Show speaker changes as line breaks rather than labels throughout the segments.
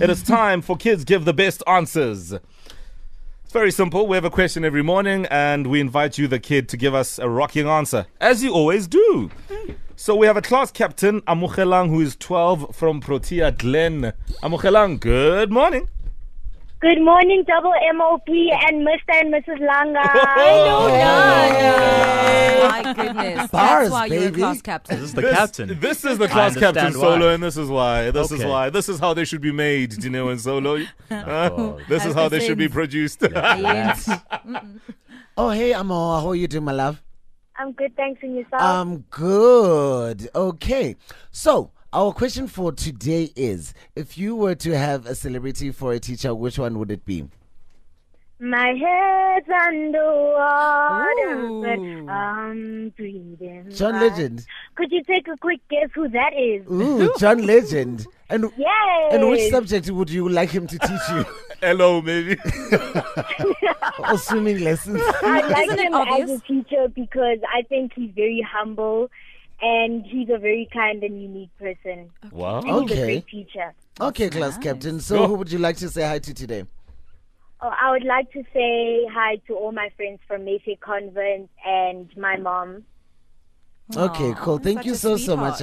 It is time for Kids Give the Best Answers. It's very simple. We have a question every morning, and we invite you, the kid, to give us a rocking answer, as you always do. So we have a class captain, Amuchelang, who is 12 from Protea Glen. Amuchelang, good morning.
Good morning, double MOP and Mr. and Mrs. Langa.
My goodness.
Bars,
That's why you were
baby.
class captain.
This is the
This-
captain.
This is the class
understand
captain
why.
solo, and this is why. This is
Okay.
why. This is how they should be made, Dino and Solo. Huh? this is how they should be produced.
Yes.
Oh, hey, Amo. How are you doing, my love?
I'm good, thanks, and yourself.
I'm good. Okay. So, our question for today is if you were to have a celebrity for a teacher, which one would it be?
My head's underwater,
Ooh.
but I'm breathing.
John
right.
Legend.
Could you take a quick guess who that is?
Ooh, John Legend. And
Yay!
and which subject would you like him to teach you?
Hello, maybe.
or swimming lessons?
I like
Isn't it
him
obvious?
as a teacher because I think he's very humble and he's a very kind and unique person.
Wow.
And he's a
Okay.
great teacher.
Okay, class captain. So,
Go.
who would you like to say hi to today?
Oh, I would like to say hi to all my friends from Mayfair Convent and my mom.
okay, cool. Thank you so, so much,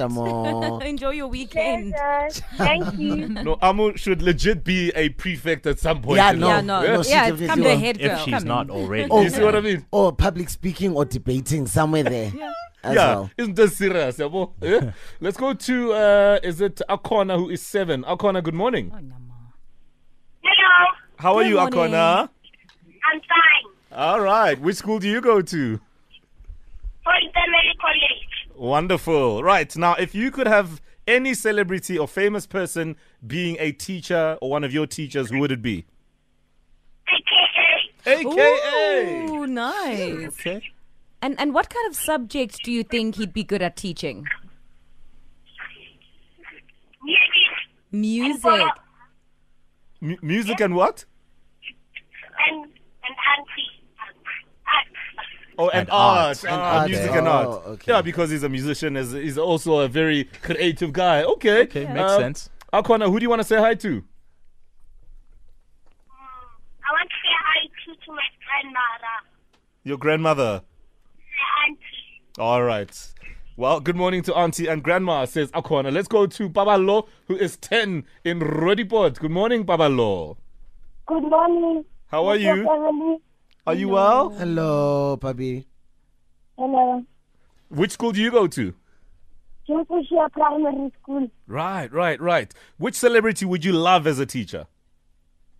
Amo.
Enjoy your weekend.
Pleasure. Thank you.
No, Amu should legit be a prefect at some point.
Yeah,
in
no.
Yeah,
life.
no.
Yeah,
Yeah,
she
it's
definitely
come to a
will.
head girl.
If she's
come
not
in.
already.
Oh.
You see what I mean?
or public speaking or debating, somewhere there. As
yeah,
well.
isn't this serious? yabo? Yeah? Let's go to, uh, is it Akona who is seven? Akona, good morning.
Hello,
How are
Good
you,
morning.
Akona?
I'm fine.
All right. Which school do you go to?
Pointer Mary College.
Wonderful. Right. Now, if you could have any celebrity or famous person being a teacher or one of your teachers, who would it be? AKA.
Ooh, nice.
Okay.
And and what kind of subject do you think he'd be good at teaching?
Music
Music.
M- music and what?
and and auntie.
Oh, and,
And
art.
art.
Ah,
art.
Music
Okay.
and art.
Oh, okay.
Yeah, because he's a musician, is he's also a very creative guy. Okay.
Okay, makes
Um,
sense.
Akona, who do you want to say hi to?
I want to say hi to, to my grandmother,
Your grandmother.
my auntie.
All right. Well, good morning to Auntie and Grandma, says Akwana. Let's go to Babalo, who is 10 in Rodiport. Good morning, Babalo.
Good morning.
How are you?
Family.
Are you well?
Hello, Pabi.
Hello.
Which school do you go to?
Jumpushia Primary School.
Right, right, right. Which celebrity would you love as a teacher?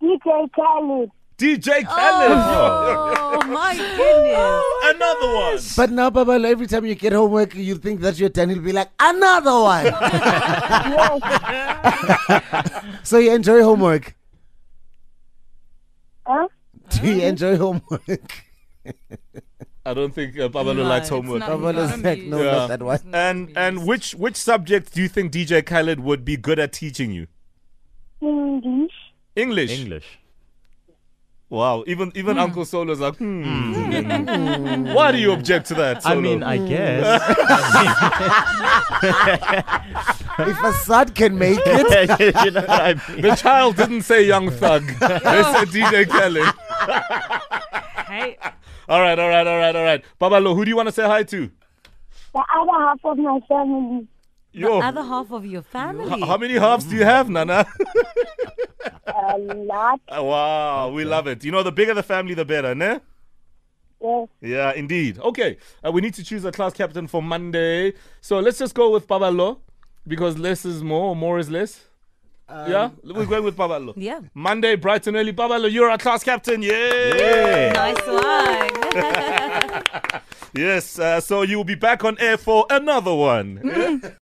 DJ Khaled.
DJ Khaled.
Oh my goodness.
Another one.
But now, Babalo, every time you get homework, you think that you're done. He'll be like, another one. so you enjoy homework.
Huh?
Do you enjoy homework?
I don't think uh, Babalo likes homework.
Babalo's like, no,
Yeah.
not that one.
And and which which subject do you think DJ Khaled would be good at teaching you?
English.
English.
English.
Wow. Even even Uncle Solo's like, hmm. Why do you object to that?
I
Solo?
mean, I guess.
If Assad can make it,
you know what I mean?
The child didn't say Young Thug. they said DJ Khaled.
Hey,
All right, all right, all right, all right. Babalo, who do you want to say hi to?
The other half of my family.
Yo,
other half of your family.
h- how many halves do you have, Nana?
A lot.
wow, we love it. You know, the bigger the family, the better, ne?
Yes.
Yeah, indeed. Okay, uh, we need to choose a class captain for Monday. So let's just go with Babalo because less is more, more is less. yeah, we're going with Babalo.
Yeah.
Monday, bright and early. Babalo, you're our class captain. Yay!
Nice one.
Yes, uh, so you'll be back on air for another one.